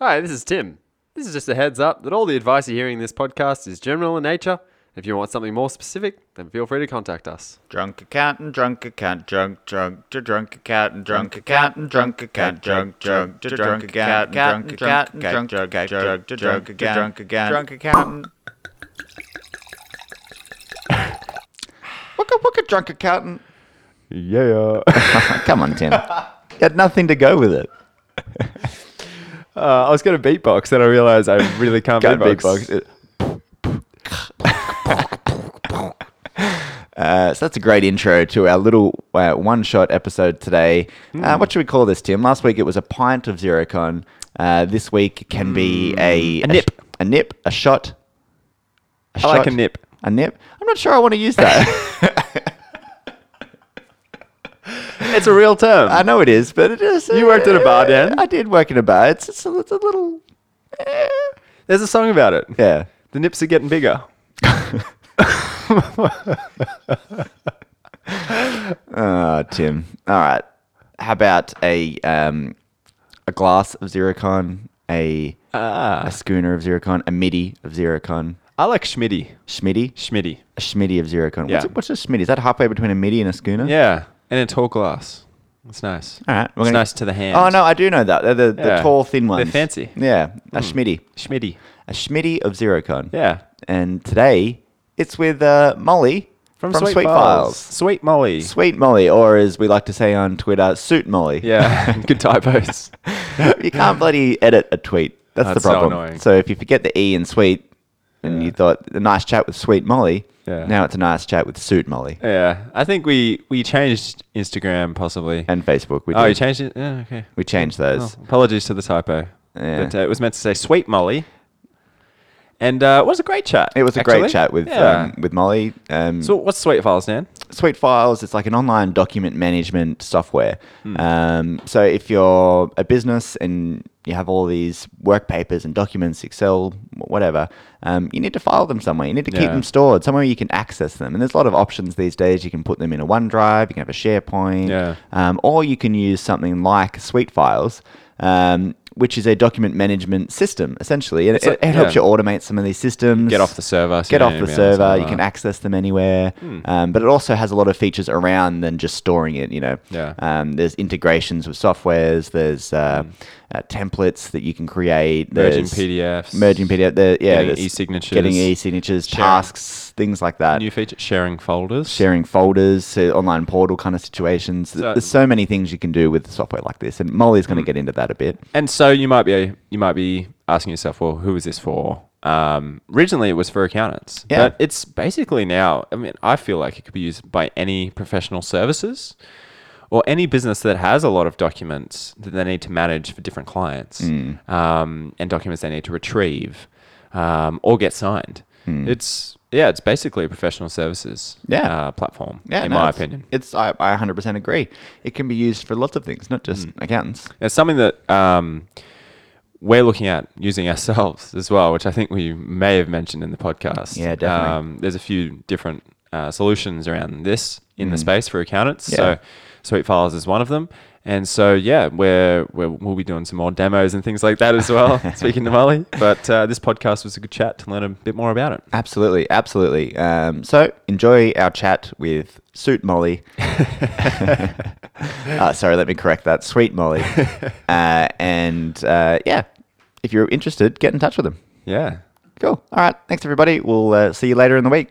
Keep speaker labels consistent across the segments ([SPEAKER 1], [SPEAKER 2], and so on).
[SPEAKER 1] Hi, this is Tim. This is just a heads up that all the advice you're hearing in this podcast is general in nature. If you want something more specific, then feel free to contact us.
[SPEAKER 2] Drunk accountant, drunk accountant, drunk, drunk, to drunk accountant, drunk accountant, drunk accountant, drunk, drunk, to drunk accountant, drunk accountant, drunk, drunk, drunk, to drunk again, drunk again, drunk accountant. Wooka wooka, drunk accountant.
[SPEAKER 1] Yeah.
[SPEAKER 2] Come on, Tim. You had nothing to go with it.
[SPEAKER 1] Uh, I was going to beatbox, then I realized I really can't
[SPEAKER 2] Can't
[SPEAKER 1] beatbox.
[SPEAKER 2] beatbox. Uh, so that's a great intro to our little uh, one-shot episode today.
[SPEAKER 1] Hmm.
[SPEAKER 2] Uh, what should we call this, Tim? Last week it was a pint of ZeroCon. Uh, this week it can be a, a
[SPEAKER 1] Hmm. nip.
[SPEAKER 2] a nip, a shot. A
[SPEAKER 1] I like a nip.
[SPEAKER 2] a nip. I'm not sure I want to use that.
[SPEAKER 1] It's a real term.
[SPEAKER 2] I know it is, but it is. uh,
[SPEAKER 1] You worked at a bar, Dan?
[SPEAKER 2] I did work in a bar. It's it's a, it's a little. eh.
[SPEAKER 1] There's a song about it.
[SPEAKER 2] Yeah.
[SPEAKER 1] The nips are getting bigger.
[SPEAKER 2] Oh, Tim. All right. How about a um, a glass of ZeroCon, a
[SPEAKER 1] Ah.
[SPEAKER 2] a schooner of ZeroCon, a midi of ZeroCon,
[SPEAKER 1] I like Schmitty.
[SPEAKER 2] Schmitty,
[SPEAKER 1] Schmitty.
[SPEAKER 2] a Schmitty of ZeroCon.
[SPEAKER 1] Yeah.
[SPEAKER 2] What's, a, what's a Schmitty? Is that halfway between a midi and a schooner?
[SPEAKER 1] Yeah. And a tall glass. It's nice.
[SPEAKER 2] All right. we're
[SPEAKER 1] It's
[SPEAKER 2] gonna-
[SPEAKER 1] nice to the hand.
[SPEAKER 2] Oh no, I do know that. They're the,
[SPEAKER 1] Yeah.
[SPEAKER 2] the tall, thin
[SPEAKER 1] They're
[SPEAKER 2] ones.
[SPEAKER 1] fancy.
[SPEAKER 2] Yeah. A Schmitty,
[SPEAKER 1] Schmitty.
[SPEAKER 2] a Schmitty of ZeroCon.
[SPEAKER 1] Yeah.
[SPEAKER 2] And today it's with uh, Molly
[SPEAKER 1] From, Sweet, Files. Sweet Molly.
[SPEAKER 2] Sweet Molly, or as we like to say on Twitter, Suit Molly.
[SPEAKER 1] Yeah. Good typos.
[SPEAKER 2] you can't bloody edit a tweet. That's,
[SPEAKER 1] That's
[SPEAKER 2] the
[SPEAKER 1] so
[SPEAKER 2] problem.
[SPEAKER 1] annoying.
[SPEAKER 2] So if you forget the E in sweet, and you thought a nice chat with sweet Molly,
[SPEAKER 1] Yeah.
[SPEAKER 2] now it's a nice chat with suit Molly
[SPEAKER 1] Yeah, I think we we changed Instagram possibly.
[SPEAKER 2] and Facebook. We
[SPEAKER 1] oh, you
[SPEAKER 2] did.
[SPEAKER 1] changed it. Yeah, okay.
[SPEAKER 2] we changed
[SPEAKER 1] Oh,
[SPEAKER 2] those.
[SPEAKER 1] apologies to the typo.
[SPEAKER 2] Yeah.
[SPEAKER 1] But, uh, it was meant to say sweet Molly, and uh, it was a great chat.
[SPEAKER 2] It was a
[SPEAKER 1] actually.
[SPEAKER 2] great chat with
[SPEAKER 1] Yeah.
[SPEAKER 2] um, with Molly. Um,
[SPEAKER 1] so what's sweet files, Dan?
[SPEAKER 2] Sweet Files, it's like an online document management software.
[SPEAKER 1] Hmm.
[SPEAKER 2] Um, so if you're a business and you have all these work papers and documents, Excel, whatever, um, you need to file them somewhere. You need to
[SPEAKER 1] Yeah.
[SPEAKER 2] keep them stored somewhere you can access them. And there's a lot of options these days. You can put them in a OneDrive, you can have a SharePoint,
[SPEAKER 1] Yeah.
[SPEAKER 2] um, or you can use something like Sweet Files. Um, which is a document management system, essentially. And it,
[SPEAKER 1] It's like-
[SPEAKER 2] it helps
[SPEAKER 1] yeah.
[SPEAKER 2] you automate some of these systems.
[SPEAKER 1] Get off the server. so
[SPEAKER 2] Get
[SPEAKER 1] you
[SPEAKER 2] off
[SPEAKER 1] don't
[SPEAKER 2] the
[SPEAKER 1] need to be on
[SPEAKER 2] server. You can
[SPEAKER 1] server. Hmm.
[SPEAKER 2] access them anywhere. Um, but it also has a lot of features around than just storing it. You know,
[SPEAKER 1] Yeah. Hmm.
[SPEAKER 2] um, there's integrations with softwares. There's uh, uh, templates that you can create.
[SPEAKER 1] Merging
[SPEAKER 2] there's
[SPEAKER 1] PDFs.
[SPEAKER 2] Merging PDF. There, yeah,
[SPEAKER 1] Getting
[SPEAKER 2] there's
[SPEAKER 1] e-signatures.
[SPEAKER 2] Getting e-signatures,
[SPEAKER 1] Sharing.
[SPEAKER 2] tasks, things like that.
[SPEAKER 1] New feature sharing folders.
[SPEAKER 2] Sharing folders, so online portal kind of situations. Th-
[SPEAKER 1] So- Hmm.
[SPEAKER 2] There's so many things you can do with software like this, and Molly's going to get into that a bit.
[SPEAKER 1] And so you might be you might be asking yourself, well, who is this for? Um, originally, it was for accountants,
[SPEAKER 2] Yeah.
[SPEAKER 1] but it's basically now. I mean, I feel like it could be used by any professional services or any business that has a lot of documents that they need to manage for different clients
[SPEAKER 2] Hmm.
[SPEAKER 1] um, and documents they need to retrieve um, or get signed. It's yeah, it's basically a professional services
[SPEAKER 2] Hmm. Yeah.
[SPEAKER 1] uh, platform,
[SPEAKER 2] Yeah,
[SPEAKER 1] in
[SPEAKER 2] no,
[SPEAKER 1] my
[SPEAKER 2] it's-
[SPEAKER 1] opinion.
[SPEAKER 2] it's I, I 100% agree. It can be used for lots of things, not just
[SPEAKER 1] Hmm.
[SPEAKER 2] accountants.
[SPEAKER 1] It's something that um, we're looking at using ourselves as well, which I think we may have mentioned in the podcast.
[SPEAKER 2] Yeah, definitely.
[SPEAKER 1] Um, there's a few different uh, solutions around this in the space for accountants.
[SPEAKER 2] Mm. Yeah.
[SPEAKER 1] So Sweet Files is one of them. And so, yeah, we're, we're, we'll be doing some more demos and things like that as well, speaking to Molly. But uh, this podcast was a good chat to learn a bit more about it.
[SPEAKER 2] Absolutely, absolutely. Um, so enjoy our chat with Suit Molly. uh, sorry, let me correct that. Sweet Molly. Uh, and uh, yeah, if you're interested, get in touch with them.
[SPEAKER 1] Yeah.
[SPEAKER 2] Cool. All right. Thanks, everybody. We'll uh, see you later in the week.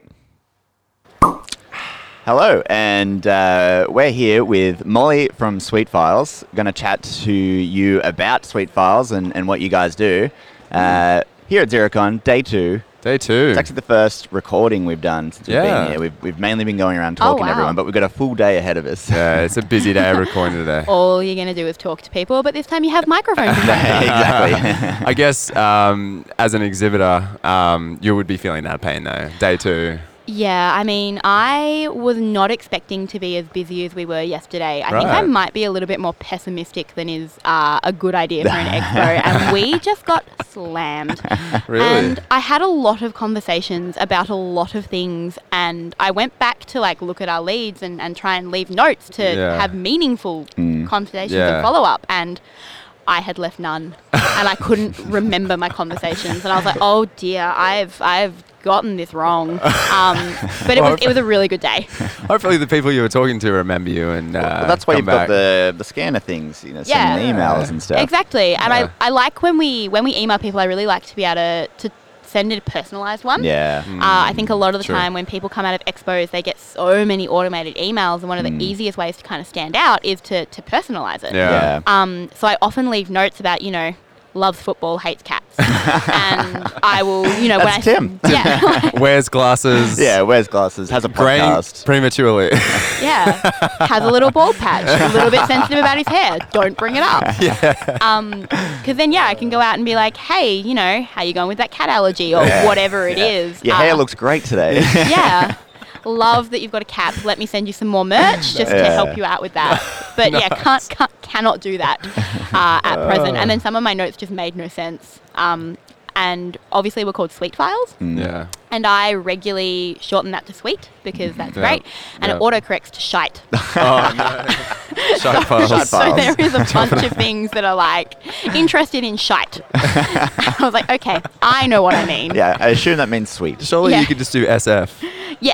[SPEAKER 2] Hello, and uh, we're here with Molly from Sweet Files. Going to chat to you about Sweet Files and, and what you guys do. Uh, here at ZeroCon, day two.
[SPEAKER 1] Day two.
[SPEAKER 2] It's actually the first recording we've done since we've
[SPEAKER 1] Yeah.
[SPEAKER 2] been here. We've, we've mainly been going around talking to
[SPEAKER 3] Oh, wow.
[SPEAKER 2] everyone, but we've got a full day ahead of us.
[SPEAKER 1] yeah, Uh, it's a busy day of recording today.
[SPEAKER 2] Oh.
[SPEAKER 3] all you're going to do is talk to people, but this time you have microphones. in front of you.
[SPEAKER 2] exactly.
[SPEAKER 1] I guess um, as an exhibitor, um, you would be feeling that pain though. Day two.
[SPEAKER 3] yeah, I mean, I was not expecting to be as busy as we were yesterday. I think I
[SPEAKER 1] Right.
[SPEAKER 3] might be a little bit more pessimistic than is uh, a good idea for an expo, and we just got slammed.
[SPEAKER 1] Really?
[SPEAKER 3] And I had a lot of conversations about a lot of things, and I went back to like look at our leads and, and try and leave notes to
[SPEAKER 1] Yeah. Mm.
[SPEAKER 3] have meaningful conversations
[SPEAKER 1] Yeah.
[SPEAKER 3] and follow up. And I had left none, and I couldn't remember my conversations. And I was like, "Oh dear, I've I've gotten this wrong." Um, but it was it was a really good day.
[SPEAKER 1] Hopefully, the people you were talking to remember you and uh,
[SPEAKER 2] Well, that's why
[SPEAKER 1] come
[SPEAKER 2] you've
[SPEAKER 1] back.
[SPEAKER 2] got the, the scanner things, you know,
[SPEAKER 3] Yeah.
[SPEAKER 2] sending emails and stuff.
[SPEAKER 3] Exactly, and
[SPEAKER 1] Yeah.
[SPEAKER 3] I, I like when we when we email people. I really like to be able to to send a personalized one.
[SPEAKER 2] Yeah.
[SPEAKER 1] Mm,
[SPEAKER 3] Uh, I think a lot of the
[SPEAKER 1] True.
[SPEAKER 3] time when people come out of expos, they get so many automated emails, and one of the easiest ways to kind of stand out is to to personalize it.
[SPEAKER 1] Yeah.
[SPEAKER 2] Mm. Yeah.
[SPEAKER 3] Um, so I often leave notes about, you know, loves football, hates cats. and I will, you know,
[SPEAKER 2] That's
[SPEAKER 3] when
[SPEAKER 2] Tim.
[SPEAKER 3] I. Yeah.
[SPEAKER 1] wears glasses.
[SPEAKER 2] yeah, wears glasses, has a
[SPEAKER 1] graying
[SPEAKER 2] podcast.
[SPEAKER 1] prematurely.
[SPEAKER 3] yeah. Has a little bald patch, a little bit sensitive about his hair. Don't bring it up. Yeah. because then, yeah, I can go out and be like, hey, you know, how you going with that cat allergy or whatever it is.
[SPEAKER 2] Your hair
[SPEAKER 3] Uh,
[SPEAKER 2] looks great today.
[SPEAKER 3] yeah. Love that you've got a cat. Let me send you some more merch just to
[SPEAKER 2] Yeah.
[SPEAKER 3] help you out with that. But yeah, can't, can't cannot do that uh, at present. And then some of my notes just made no sense. Um, and obviously we're called sweet files,
[SPEAKER 2] Mm.
[SPEAKER 1] yeah.
[SPEAKER 3] and I regularly shorten that to sweet because that's
[SPEAKER 1] Yeah.
[SPEAKER 3] great, and
[SPEAKER 1] Yeah.
[SPEAKER 3] it autocorrects to shite.
[SPEAKER 1] Oh, no. Shot files.
[SPEAKER 2] Shot
[SPEAKER 3] so
[SPEAKER 2] files.
[SPEAKER 3] there is a bunch of things that are like interested in shite. I was like, okay, I know what I mean.
[SPEAKER 2] yeah, I assume that means sweet.
[SPEAKER 1] Surely
[SPEAKER 3] Yeah.
[SPEAKER 1] you could just do SF.
[SPEAKER 3] Yeah.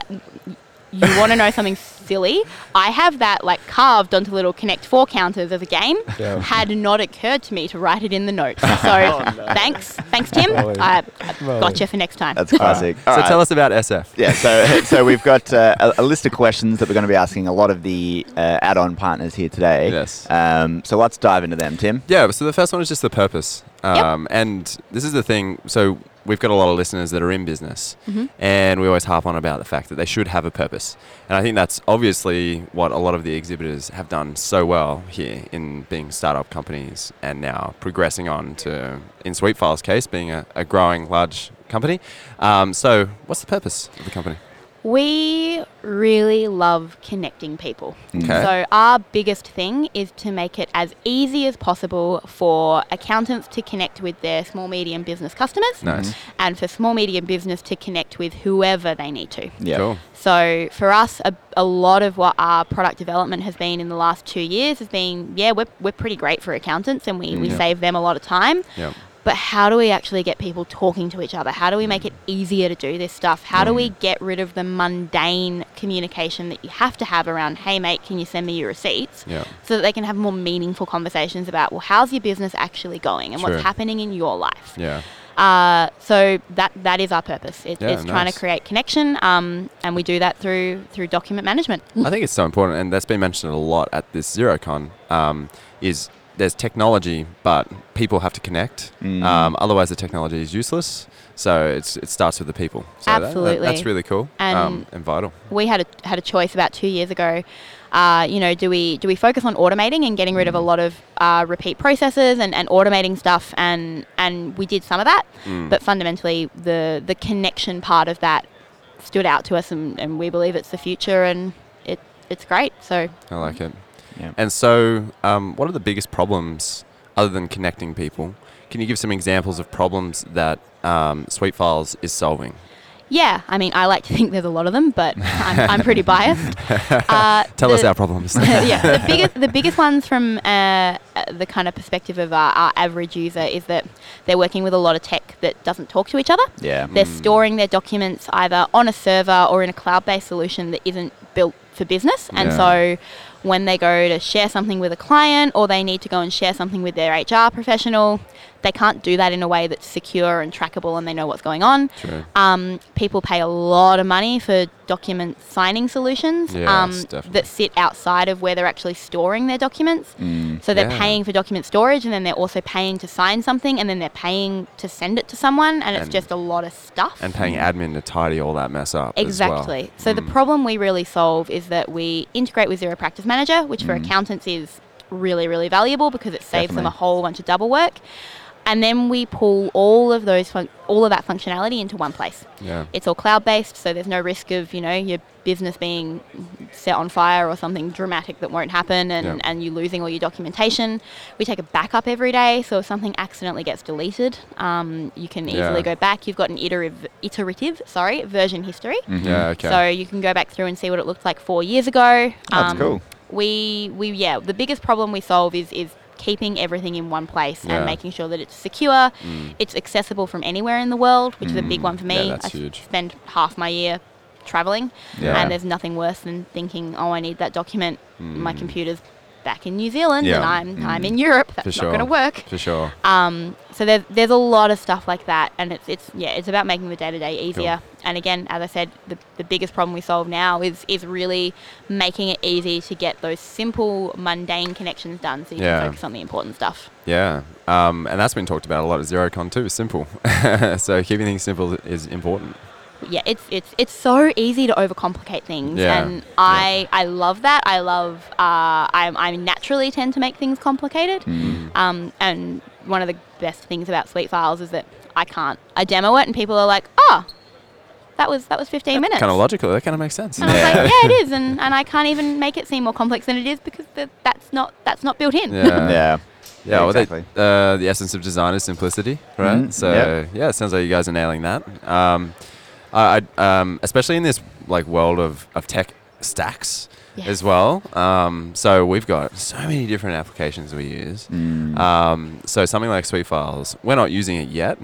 [SPEAKER 3] You want to know something silly? I have that like carved onto little Connect Four counters as a game.
[SPEAKER 1] Yeah. Oh,
[SPEAKER 3] Had not occurred to me to write it in the notes. So thanks, thanks Tim.
[SPEAKER 1] Molly.
[SPEAKER 3] I I gotcha for next time.
[SPEAKER 2] That's classic.
[SPEAKER 1] uh, so
[SPEAKER 2] All right.
[SPEAKER 1] tell us about SF.
[SPEAKER 2] Yeah, so so we've got uh, a, a list of questions that we're going to be asking a lot of the uh, add-on partners here today.
[SPEAKER 1] Yes.
[SPEAKER 2] Um, so let's dive into them, Tim.
[SPEAKER 1] Yeah, so the first one is just the purpose. Um, And this is the thing. So we've got a lot of listeners that are in business, and we always harp on about the fact that they should have a purpose. And I think that's obviously what a lot of the exhibitors have done so well here in being startup companies and now progressing on to, in Sweetfile's case, being a, a growing large company. Um, so, what's the purpose of the company?
[SPEAKER 3] We really love connecting people.
[SPEAKER 1] Okay.
[SPEAKER 3] So, our biggest thing is to make it as easy as possible for accountants to connect with their small, medium business customers
[SPEAKER 1] Nice.
[SPEAKER 3] and for small, medium business to connect with whoever they need to.
[SPEAKER 2] Yeah.
[SPEAKER 1] Cool.
[SPEAKER 3] So, for us, a, a lot of what our product development has been in the last two years has been yeah, we're, we're pretty great for accountants and we, we
[SPEAKER 1] Yeah.
[SPEAKER 3] save them a lot of time.
[SPEAKER 1] Yeah.
[SPEAKER 3] But how do we actually get people talking to each other? How do we make it easier to do this stuff? How do we
[SPEAKER 1] Mm.
[SPEAKER 3] get rid of the mundane communication that you have to have around, hey, mate, can you send me your receipts?
[SPEAKER 1] Yeah.
[SPEAKER 3] So that they can have more meaningful conversations about, well, how's your business actually going and
[SPEAKER 1] True.
[SPEAKER 3] what's happening in your life?
[SPEAKER 1] Yeah.
[SPEAKER 3] Uh, so that that is our purpose. It,
[SPEAKER 1] Yeah,
[SPEAKER 3] it's trying
[SPEAKER 1] nice.
[SPEAKER 3] to create connection, um, and we do that through through document management.
[SPEAKER 1] I think it's so important, and that's been mentioned a lot at this ZeroCon. Um, is there's technology, but people have to connect. Um, otherwise, the technology is useless. So it's it starts with the people. So that- that- that's
[SPEAKER 3] Absolutely.
[SPEAKER 1] really cool
[SPEAKER 3] And-
[SPEAKER 1] um, and vital.
[SPEAKER 3] we had a, had a choice about two years ago. Uh, you know, do we do we focus on automating and getting rid
[SPEAKER 1] Mm.
[SPEAKER 3] of a lot of uh, repeat processes and, and automating stuff? And and we did some of that,
[SPEAKER 1] Mm,
[SPEAKER 3] but fundamentally, the the connection part of that stood out to us, and, and we believe it's the future, and it it's great. So
[SPEAKER 1] I like it.
[SPEAKER 2] Yeah.
[SPEAKER 1] And so, um, what are the biggest problems other than connecting people? Can you give some examples of problems that um, Sweet Files is solving?
[SPEAKER 3] yeah, I mean, I like to think there's a lot of them, but I'm, I'm pretty biased. Uh,
[SPEAKER 1] Tell us
[SPEAKER 3] the-
[SPEAKER 1] our problems.
[SPEAKER 3] yeah, the biggest the biggest ones from uh, uh, the kind of perspective of our, our average user is that they're working with a lot of tech that doesn't talk to each other.
[SPEAKER 2] Yeah.
[SPEAKER 3] They're
[SPEAKER 1] Hmm.
[SPEAKER 3] storing their documents either on a server or in a cloud-based solution that isn't built for business, and
[SPEAKER 1] Yeah.
[SPEAKER 3] so when they go to share something with a client or they need to go and share something with their HR professional, they can't do that in a way that's secure and trackable, and they know what's going on.
[SPEAKER 1] True.
[SPEAKER 3] Um, people pay a lot of money for document signing solutions
[SPEAKER 1] Yes,
[SPEAKER 3] um,
[SPEAKER 1] definitely.
[SPEAKER 3] that sit outside of where they're actually storing their documents. So they're
[SPEAKER 1] Mm, Yeah.
[SPEAKER 3] paying for document storage and then they're also paying to sign something and then they're paying to send it to someone and it's
[SPEAKER 1] And-
[SPEAKER 3] just a lot of stuff.
[SPEAKER 1] And paying admin to tidy all that mess up. as well. Mm,
[SPEAKER 3] Exactly. So the problem we really solve is that we integrate with Zero Practice Manager, which
[SPEAKER 1] Mm.
[SPEAKER 3] for accountants is really, really valuable because it saves them
[SPEAKER 2] Definitely.
[SPEAKER 3] a whole bunch of double work. And then we pull all of those func- all of that functionality into one place.
[SPEAKER 1] Yeah.
[SPEAKER 3] It's all cloud based, so there's no risk of you know your business being set on fire or something dramatic that won't happen, and,
[SPEAKER 1] Yeah.
[SPEAKER 3] and you losing all your documentation. We take a backup every day, so if something accidentally gets deleted, um, you can easily
[SPEAKER 1] Yeah.
[SPEAKER 3] go back. You've got an iterative, iterative, sorry, version history.
[SPEAKER 1] Yeah. Okay.
[SPEAKER 3] Mm-hmm. Um, So you can go back through and see what it looked like four years ago. Um,
[SPEAKER 2] That's cool.
[SPEAKER 3] We we yeah, the biggest problem we solve is is keeping everything in one place
[SPEAKER 1] Yeah. Mm.
[SPEAKER 3] and making sure that it's secure, it's accessible from anywhere in the world, which is a big one for me.
[SPEAKER 1] that's
[SPEAKER 3] I s-
[SPEAKER 1] huge.
[SPEAKER 3] spend half my year traveling,
[SPEAKER 1] Yeah.
[SPEAKER 3] and there's nothing worse than thinking, oh, I need that document. My computer's back in New Zealand,
[SPEAKER 1] Mm. Yeah. Mm.
[SPEAKER 3] and I'm I'm in Europe. That's
[SPEAKER 1] For sure.
[SPEAKER 3] not going to work.
[SPEAKER 1] For sure.
[SPEAKER 3] Um, so there's there's a lot of stuff like that, and it's it's yeah, it's about making the day to day easier. And again, as I said, the, the biggest problem we solve now is is really making it easy to get those simple, mundane connections done, so you
[SPEAKER 1] Yeah.
[SPEAKER 3] can focus on the important stuff.
[SPEAKER 1] Yeah, um, and that's been talked about a lot at ZeroCon too. Simple, so keeping things simple is important.
[SPEAKER 3] yeah, it's it's it's so easy to overcomplicate things,
[SPEAKER 1] Yeah,
[SPEAKER 3] and I I love that. I love uh, I I naturally tend to make things complicated.
[SPEAKER 1] Mm-hmm.
[SPEAKER 3] Um, and one of the best things about Sweet Files is that I can't I demo it, and people are like, oh, that was that was fifteen minutes. Mm.
[SPEAKER 1] Kind of logical. That kind of makes sense.
[SPEAKER 3] and I was like, yeah, it is, and, and I can't even make it seem more complex than it is because th- that's not that's not built in.
[SPEAKER 1] Mm, Yeah.
[SPEAKER 2] yeah.
[SPEAKER 1] Yeah, well, they-
[SPEAKER 2] exactly.
[SPEAKER 1] uh, the essence of design is simplicity, right?
[SPEAKER 2] Mhm,
[SPEAKER 1] So
[SPEAKER 2] yep.
[SPEAKER 1] yeah, it sounds like you guys are nailing that. Um, I, I um, especially in this like world of, of tech stacks as
[SPEAKER 3] Yes.
[SPEAKER 1] well. Um, so we've got so many different applications we use.
[SPEAKER 2] Mm.
[SPEAKER 1] Um, so something like Sweet Files, we're not using it yet.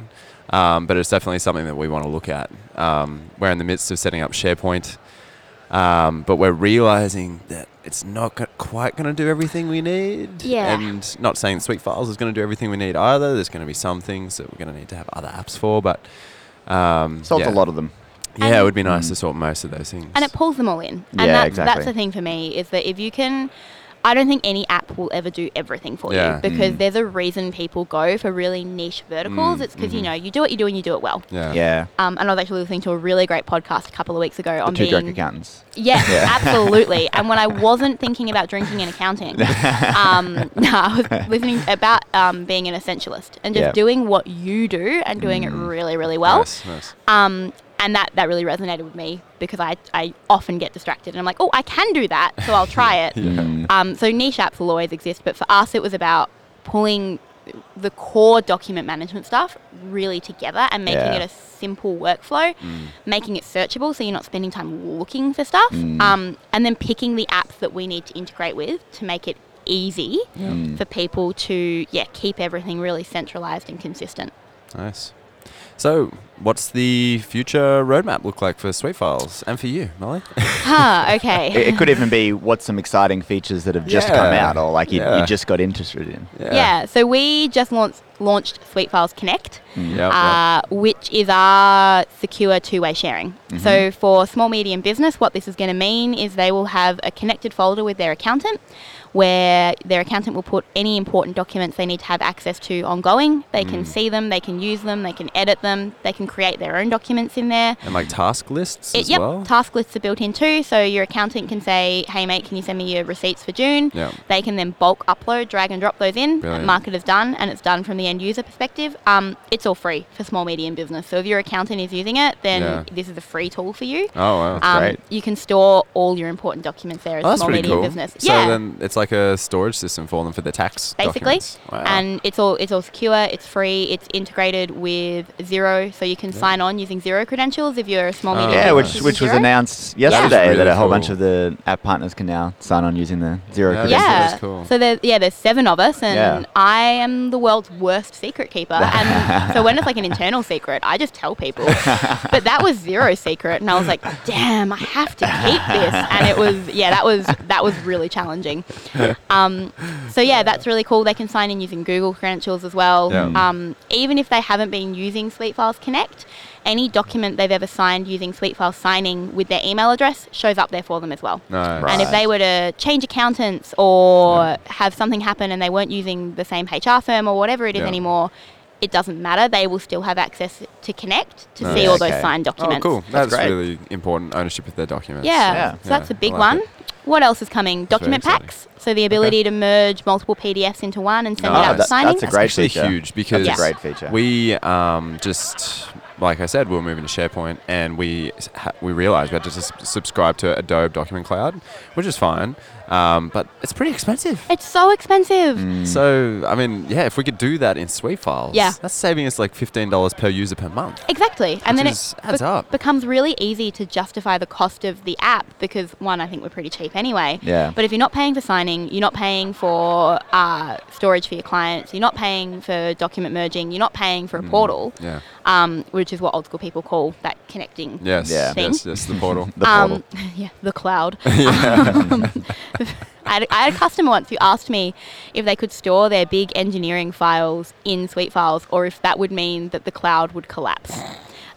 [SPEAKER 1] Um, but it's definitely something that we want to look at. Um, we're in the midst of setting up SharePoint, um, but we're realizing that it's not go- quite going to do everything we need.
[SPEAKER 3] Yeah.
[SPEAKER 1] And not saying Sweet Files is going to do everything we need either. There's going to be some things that we're going to need to have other apps for, but um,
[SPEAKER 2] Solved
[SPEAKER 1] yeah.
[SPEAKER 2] a lot Mm. of them.
[SPEAKER 1] Yeah, it
[SPEAKER 3] And-
[SPEAKER 1] would be nice to sort most of those things.
[SPEAKER 3] and it pulls them all in. And
[SPEAKER 2] Yeah,
[SPEAKER 3] that's,
[SPEAKER 2] exactly.
[SPEAKER 3] that's the thing for me is that if you can, I don't think any app will ever do everything for
[SPEAKER 1] Yeah.
[SPEAKER 3] you because
[SPEAKER 2] Mm.
[SPEAKER 3] there's a reason people go for really niche verticals.
[SPEAKER 1] Mm,
[SPEAKER 3] It's because you know you do what you do and you do it well.
[SPEAKER 1] yeah.
[SPEAKER 2] Yeah.
[SPEAKER 3] Um, and I was actually listening to a really great podcast a couple of weeks ago
[SPEAKER 2] The
[SPEAKER 3] on
[SPEAKER 2] two
[SPEAKER 3] being
[SPEAKER 2] joke accountants.
[SPEAKER 3] Yes,
[SPEAKER 2] Yeah.
[SPEAKER 3] absolutely. And when I wasn't thinking about drinking and accounting, um, no, I was listening about um, being an essentialist and just
[SPEAKER 2] Yeah. Mm.
[SPEAKER 3] doing what you do and doing it really, really well.
[SPEAKER 1] Nice, nice.
[SPEAKER 3] Um, and that, that really resonated with me because I, I often get distracted and I'm like, oh, I can do that, so I'll try it. um, so niche apps will always exist, but for us, it was about pulling the core document management stuff really together and making
[SPEAKER 2] Yeah. Mm.
[SPEAKER 3] it a simple workflow, making it searchable so you're not spending time looking for stuff,
[SPEAKER 2] Mm.
[SPEAKER 3] um, and then picking the apps that we need to integrate with to make it easy for people to yeah keep everything really centralized and consistent.
[SPEAKER 1] Nice. So, what's the future roadmap look like for Sweet Files and for you, Molly?
[SPEAKER 3] Huh, okay.
[SPEAKER 2] It, it could even be what some exciting features that have just come
[SPEAKER 1] Yeah.
[SPEAKER 2] out or like you,
[SPEAKER 1] Yeah.
[SPEAKER 2] you just got interested in.
[SPEAKER 3] Yeah. So we just launched launched Sweet Files Connect,
[SPEAKER 1] Mm. Yep,
[SPEAKER 3] uh, which is our secure two way sharing.
[SPEAKER 1] Mm-hmm.
[SPEAKER 3] So for small medium business, what this is going to mean is they will have a connected folder with their accountant, where their accountant will put any important documents they need to have access to ongoing. They can
[SPEAKER 1] Mm.
[SPEAKER 3] see them, they can use them, they can edit them, they can create their own documents in there.
[SPEAKER 1] And like task lists
[SPEAKER 3] It-
[SPEAKER 1] as
[SPEAKER 3] yep,
[SPEAKER 1] well.
[SPEAKER 3] task lists are built in too. So your accountant can say, "Hey mate, can you send me your receipts for June?"
[SPEAKER 1] Yeah.
[SPEAKER 3] They can then bulk upload, drag and drop those in.
[SPEAKER 1] Brilliant.
[SPEAKER 3] Market is done, and it's done from the end user perspective. Um, it's all free for small medium business. So if your accountant is using it, then
[SPEAKER 1] Yeah.
[SPEAKER 3] this is a free tool for you.
[SPEAKER 1] oh wow.
[SPEAKER 3] um,
[SPEAKER 2] great.
[SPEAKER 3] You can store all your important documents there as
[SPEAKER 1] Oh, that's
[SPEAKER 3] small
[SPEAKER 1] pretty
[SPEAKER 3] medium
[SPEAKER 1] cool.
[SPEAKER 3] business.
[SPEAKER 1] So
[SPEAKER 3] yeah.
[SPEAKER 1] then it's like a storage system for them for the tax.
[SPEAKER 3] Basically,
[SPEAKER 1] documents. Wow.
[SPEAKER 3] and it's all it's all secure. It's free. It's integrated with Zero, so you can sign on using Zero credentials if you're a small
[SPEAKER 1] Oh,
[SPEAKER 3] medium.
[SPEAKER 2] Yeah,
[SPEAKER 1] Yeah.
[SPEAKER 2] which
[SPEAKER 3] business
[SPEAKER 2] which was
[SPEAKER 3] using Xero.
[SPEAKER 2] announced yesterday that,
[SPEAKER 1] really
[SPEAKER 2] a whole bunch
[SPEAKER 1] cool.
[SPEAKER 2] of the app partners can now sign on using the zero
[SPEAKER 1] Yeah,
[SPEAKER 2] credentials.
[SPEAKER 1] that's-
[SPEAKER 3] Yeah.
[SPEAKER 1] that's cool.
[SPEAKER 3] So there, yeah, there's seven of us, and
[SPEAKER 2] Yeah.
[SPEAKER 3] I am the world's worst secret keeper. And so when it's like an internal secret, I just tell people. but that was zero secret, and I was like, damn, I have to keep this. And it was, yeah, that was that was really challenging. Um, so yeah, that's really cool. They can sign in using Google credentials as well.
[SPEAKER 1] Yeah.
[SPEAKER 3] Um, even if they haven't been using SweetFiles Connect, any document they've ever signed using SweetFiles signing with their email address shows up there for them as well.
[SPEAKER 1] nice.
[SPEAKER 2] Right. Hmm.
[SPEAKER 3] And if they were to change accountants or have something happen and they weren't using the same HR firm or whatever it is
[SPEAKER 1] Yeah.
[SPEAKER 3] anymore, it doesn't matter. They will still have access to connect to see
[SPEAKER 1] Nice.
[SPEAKER 3] all those
[SPEAKER 2] Okay.
[SPEAKER 3] signed
[SPEAKER 1] Oh,
[SPEAKER 3] documents.
[SPEAKER 1] cool. That's,
[SPEAKER 2] That's great.
[SPEAKER 1] really important ownership of their documents.
[SPEAKER 3] Yeah.
[SPEAKER 2] Yeah.
[SPEAKER 3] So that's a
[SPEAKER 1] I
[SPEAKER 3] big
[SPEAKER 1] like
[SPEAKER 3] one.
[SPEAKER 1] it.
[SPEAKER 3] What else is coming?
[SPEAKER 1] That's very
[SPEAKER 3] Document packs. So the ability to merge multiple PDFs into one and send
[SPEAKER 1] Nice.
[SPEAKER 3] it out
[SPEAKER 1] Oh,
[SPEAKER 3] to
[SPEAKER 1] that-
[SPEAKER 3] signing.
[SPEAKER 2] that's a
[SPEAKER 1] It's
[SPEAKER 2] great
[SPEAKER 1] actually
[SPEAKER 2] feature.
[SPEAKER 1] huge because
[SPEAKER 3] Yeah.
[SPEAKER 2] great feature.
[SPEAKER 1] we um, just like I said, we were moving to SharePoint, and we s- ha- we realized we had to s- subscribe to Adobe Document Cloud, which is fine, um, but it's pretty expensive.
[SPEAKER 3] It's so expensive.
[SPEAKER 2] Mm.
[SPEAKER 1] So I mean, yeah, if we could do that in Suite files,
[SPEAKER 3] Yeah.
[SPEAKER 1] that's saving us like fifteen dollars per user per month.
[SPEAKER 3] Exactly. and
[SPEAKER 1] Which
[SPEAKER 3] then
[SPEAKER 1] is-
[SPEAKER 3] it
[SPEAKER 1] adds up.
[SPEAKER 3] becomes really easy to justify the cost of the app because, one, I think we're pretty cheap anyway.
[SPEAKER 2] Yeah.
[SPEAKER 3] But if you're not paying for signing, you're not paying for uh, storage for your clients, you're not paying for document merging, you're not paying for a portal,
[SPEAKER 1] Hmm. Yeah.
[SPEAKER 3] um, which is what old school people call that connecting.
[SPEAKER 1] Yes.
[SPEAKER 2] Yeah.
[SPEAKER 3] Thing.
[SPEAKER 1] Yes. Yes. The portal.
[SPEAKER 2] The
[SPEAKER 3] um,
[SPEAKER 2] portal.
[SPEAKER 3] yeah, the cloud. Um, I, had, I had a customer once who asked me if they could store their big engineering files in Suite files, or if that would mean that the cloud would collapse.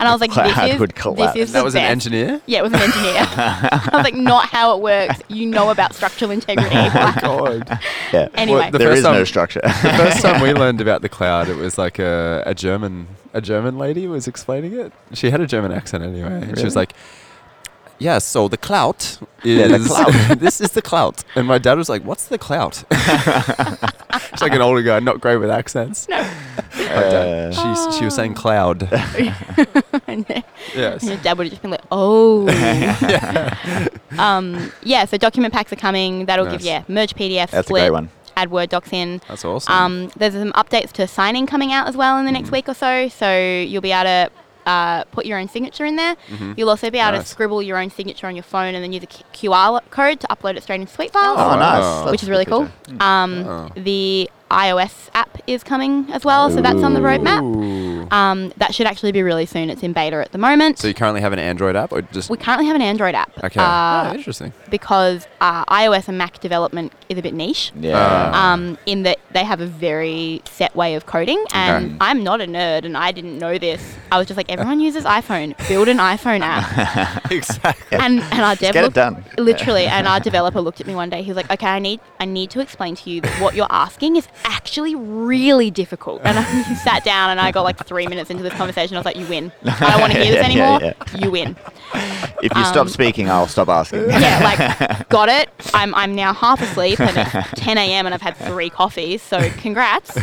[SPEAKER 3] And I was like,
[SPEAKER 2] cloud
[SPEAKER 3] this is,
[SPEAKER 2] would collapse.
[SPEAKER 3] This is
[SPEAKER 1] that
[SPEAKER 3] the
[SPEAKER 1] was an
[SPEAKER 3] best.
[SPEAKER 1] engineer.
[SPEAKER 3] Yeah, it was an engineer. I was like, not how it works. You know about structural integrity. Like,
[SPEAKER 2] Yeah.
[SPEAKER 3] Anyway.
[SPEAKER 1] the
[SPEAKER 2] there
[SPEAKER 1] first
[SPEAKER 2] is
[SPEAKER 1] time-
[SPEAKER 2] no structure.
[SPEAKER 3] Oh,
[SPEAKER 1] the first time we learned about the cloud, it was like a, a German a German lady was explaining it. She had a German accent anyway, and she was
[SPEAKER 2] Really?
[SPEAKER 1] like, "Yeah, so the clout is
[SPEAKER 2] Yeah, the clout.
[SPEAKER 1] this is the clout." And my dad was like, "What's the clout?" It's like an older guy, not great with accents. No, my
[SPEAKER 2] Uh,
[SPEAKER 1] dad, she she was saying cloud.
[SPEAKER 3] and
[SPEAKER 1] Yes.
[SPEAKER 3] your dad would have just been like, oh. um, yeah, so document packs are coming. That'll give,
[SPEAKER 1] Nice.
[SPEAKER 3] yeah, merge PDF,
[SPEAKER 2] That's a
[SPEAKER 3] split,
[SPEAKER 2] great one.
[SPEAKER 3] add Word docs in.
[SPEAKER 1] That's awesome.
[SPEAKER 3] Um, there's some updates to signing coming out as well in the
[SPEAKER 2] Mm-hmm.
[SPEAKER 3] next week or so. So you'll be able to uh, put your own signature in there.
[SPEAKER 2] Mm-hmm.
[SPEAKER 3] You'll also be able to
[SPEAKER 1] Nice.
[SPEAKER 3] scribl your own signature on your phone and then use a Q- QR code to upload it straight in Suite Files.
[SPEAKER 2] Oh, nice.
[SPEAKER 1] wow.
[SPEAKER 2] That's
[SPEAKER 3] which is really
[SPEAKER 2] good
[SPEAKER 3] cool.
[SPEAKER 2] feature.
[SPEAKER 3] Um, The iOS app is coming as well, so that's on the roadmap.
[SPEAKER 1] Ooh.
[SPEAKER 3] Um, that should actually be really soon. It's in beta at the moment.
[SPEAKER 1] So you currently have an Android app, or just
[SPEAKER 3] we currently have an Android app
[SPEAKER 1] okay?
[SPEAKER 3] uh,
[SPEAKER 1] Ah, interesting.
[SPEAKER 3] because uh, iOS and Mac development is a bit niche.
[SPEAKER 1] Uh,
[SPEAKER 2] Yeah.
[SPEAKER 3] Um, in that they have a very set way of coding, and
[SPEAKER 1] Okay.
[SPEAKER 3] I'm not a nerd, and I didn't know this. I was just like, everyone uses iPhone, build an iPhone app,
[SPEAKER 1] exactly.
[SPEAKER 3] and and our dev
[SPEAKER 2] get it
[SPEAKER 3] looked-
[SPEAKER 2] done.
[SPEAKER 3] literally, and our developer looked at me one day. He was like, okay, I need I need to explain to you that what you're asking is actually really difficult. And I sat down, and I got like three minutes into this conversation. I was like, you win. I don't want to hear
[SPEAKER 2] Yeah,
[SPEAKER 3] this
[SPEAKER 2] yeah,
[SPEAKER 3] anymore.
[SPEAKER 2] yeah.
[SPEAKER 3] You win.
[SPEAKER 2] if you
[SPEAKER 3] um,
[SPEAKER 2] stop speaking, I'll stop asking.
[SPEAKER 3] Yeah, like, got it. I'm, I'm now half asleep and it's 10 a.m. and I've had three coffees, so congrats.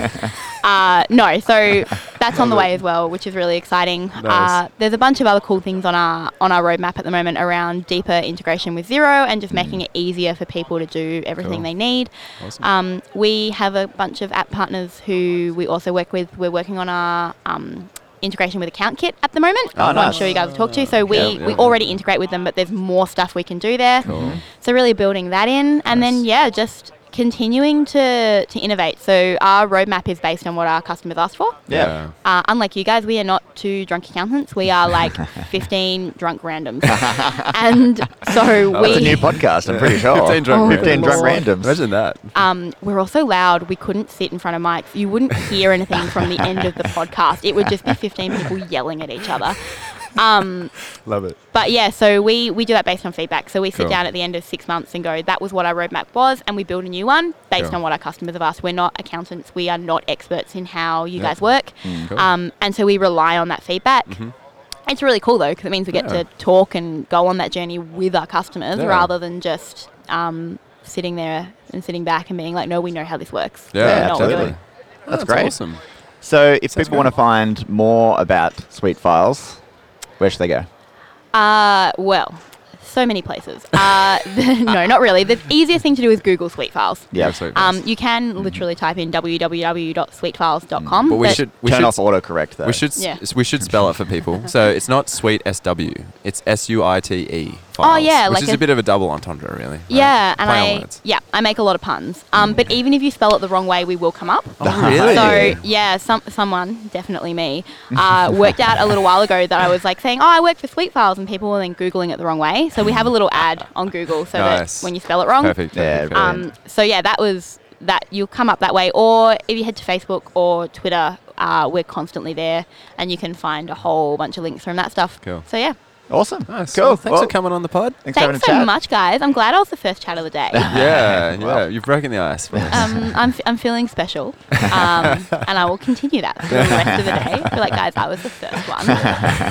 [SPEAKER 3] Uh, no, so that's on the way as well, which is really exciting. Uh,
[SPEAKER 1] Nice.
[SPEAKER 3] there's a bunch of other cool things on our on our roadmap at the moment around deeper integration with Zero and just making it easier for people to do everything
[SPEAKER 1] Hmm. Cool.
[SPEAKER 3] they need.
[SPEAKER 1] Awesome.
[SPEAKER 3] Um, we have a bunch of app partners who we also work with. We're working on our um, integration with Account Kit at the moment.
[SPEAKER 2] Oh,
[SPEAKER 3] who I'm
[SPEAKER 2] nice.
[SPEAKER 3] sure you guys have talked to. So we,
[SPEAKER 1] Ah, Yeah,
[SPEAKER 3] we
[SPEAKER 1] yeah.
[SPEAKER 3] already integrate with them, but there's more stuff we can do there.
[SPEAKER 2] Mm-hmm.
[SPEAKER 3] So really building that in, and then
[SPEAKER 1] Nice.
[SPEAKER 3] yeah, just continuing to to innovate. So our roadmap is based on what our customers ask for.
[SPEAKER 2] Yeah.
[SPEAKER 3] Uh, unlike you guys, we are not two drunk accountants. We are like 15 drunk randoms. and so
[SPEAKER 2] It's a new
[SPEAKER 3] we,
[SPEAKER 2] podcast, I'm pretty sure.
[SPEAKER 1] 15 drunk
[SPEAKER 3] Oh,
[SPEAKER 1] randoms.
[SPEAKER 2] 15 drunk
[SPEAKER 3] Lord.
[SPEAKER 2] randoms.
[SPEAKER 1] Imagine that.
[SPEAKER 3] um, we're also loud. We couldn't sit in front of mics. You wouldn't hear anything from the end of the podcast. It would just be 15 people yelling at each other. Um,
[SPEAKER 1] Love it.
[SPEAKER 3] but yeah, so we, we do that based on feedback. So we sit
[SPEAKER 1] Cool.
[SPEAKER 3] down at the end of six months and go, that was what our roadmap was, and we build a new one based
[SPEAKER 1] Cool.
[SPEAKER 3] on what our customers have asked. We're not accountants, we are not experts in how you
[SPEAKER 1] Yeah. Mm,
[SPEAKER 3] guys work.
[SPEAKER 1] Cool. Mm-hmm.
[SPEAKER 3] Um, and so we rely on that feedback. It's really cool though, because it means we get
[SPEAKER 1] Yeah.
[SPEAKER 3] to talk and go on that journey with our customers
[SPEAKER 1] Yeah.
[SPEAKER 3] rather than just um, sitting there and sitting back and being like, no, we know how this works.
[SPEAKER 1] Yeah,
[SPEAKER 2] Yeah,
[SPEAKER 3] We know what we're
[SPEAKER 2] absolutely.
[SPEAKER 3] doing."
[SPEAKER 2] That's great.
[SPEAKER 1] Awesome.
[SPEAKER 2] So if
[SPEAKER 1] Sounds
[SPEAKER 2] people want to
[SPEAKER 1] great.
[SPEAKER 2] find more about Sweet Files, where should they go?
[SPEAKER 3] Uh, well, so many places. Uh, no, not really. The easiest thing to do is Google Suite Files.
[SPEAKER 2] Yeah.
[SPEAKER 1] Sweet
[SPEAKER 3] Um,
[SPEAKER 1] Files.
[SPEAKER 3] you can literally type in www.sweetfiles.com.
[SPEAKER 1] but Mm-hmm. we should we
[SPEAKER 2] Turn
[SPEAKER 1] should
[SPEAKER 2] off autocorrect though.
[SPEAKER 1] we should s-
[SPEAKER 3] Yeah.
[SPEAKER 1] we should spell it for people. So it's not sweet S W. It's S U I T E.
[SPEAKER 3] Oh, yeah,
[SPEAKER 1] which
[SPEAKER 3] like
[SPEAKER 1] is
[SPEAKER 3] a-
[SPEAKER 1] a, bit of a double entendre, really. right?
[SPEAKER 3] Yeah, and
[SPEAKER 1] uh, Play on
[SPEAKER 3] I
[SPEAKER 1] words. Mm-hmm.
[SPEAKER 3] yeah I make a lot of puns. Um, but even if you spell it the wrong way, we will come up.
[SPEAKER 1] Oh, really?
[SPEAKER 3] So yeah, some someone definitely me uh, worked out a little while ago that I was like saying, oh, I work for Sweet Files, and people were then googling it the wrong way. So we have a little ad on Google so
[SPEAKER 1] Nice.
[SPEAKER 3] that when you spell it wrong,
[SPEAKER 1] perfect.
[SPEAKER 2] Yeah,
[SPEAKER 1] perfect,
[SPEAKER 2] brilliant.
[SPEAKER 3] Um, so yeah, that was that. You'll come up that way, or if you head to Facebook or Twitter, uh, we're constantly there, and you can find a whole bunch of links from that stuff.
[SPEAKER 1] Cool.
[SPEAKER 3] So yeah,
[SPEAKER 2] Awesome.
[SPEAKER 1] Nice.
[SPEAKER 2] Cool.
[SPEAKER 1] Well, thanks
[SPEAKER 2] Well,
[SPEAKER 1] for coming on the pod.
[SPEAKER 2] Thanks, for having
[SPEAKER 3] Thanks
[SPEAKER 2] a
[SPEAKER 3] so
[SPEAKER 2] chat.
[SPEAKER 3] much, guys. I'm glad I was the first chat of the day.
[SPEAKER 1] Yeah, yeah.
[SPEAKER 2] Well.
[SPEAKER 1] You've broken the ice. For us.
[SPEAKER 3] Um, I'm, f- I'm feeling special, um, and I will continue that for the rest of the day. I feel like, guys, I was the first one.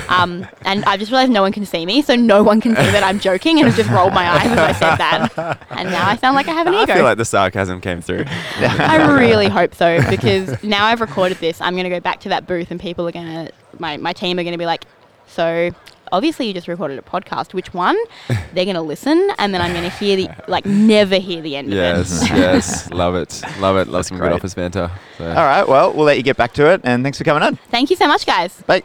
[SPEAKER 3] Um, and I've just realised no one can see me, so no one can see that I'm joking, and I've just rolled my eyes as I said that. And now I sound like I have an
[SPEAKER 1] I
[SPEAKER 3] ego.
[SPEAKER 1] feel like the sarcasm came through.
[SPEAKER 3] I really hope so because now I've recorded this, I'm going to go back to that booth and people are going to, my, my team are going to be like, so obviously you just recorded a podcast. Which one? They're going to listen and then I'm going to hear the, like, never hear the end of it.
[SPEAKER 1] yes, yes. Love it. Love it. Love some
[SPEAKER 2] great. Oh,
[SPEAKER 1] good office banter. So.
[SPEAKER 2] All right. Well, we'll let you get back to it, and thanks for coming on.
[SPEAKER 3] Thank you so much, guys.
[SPEAKER 2] Bye.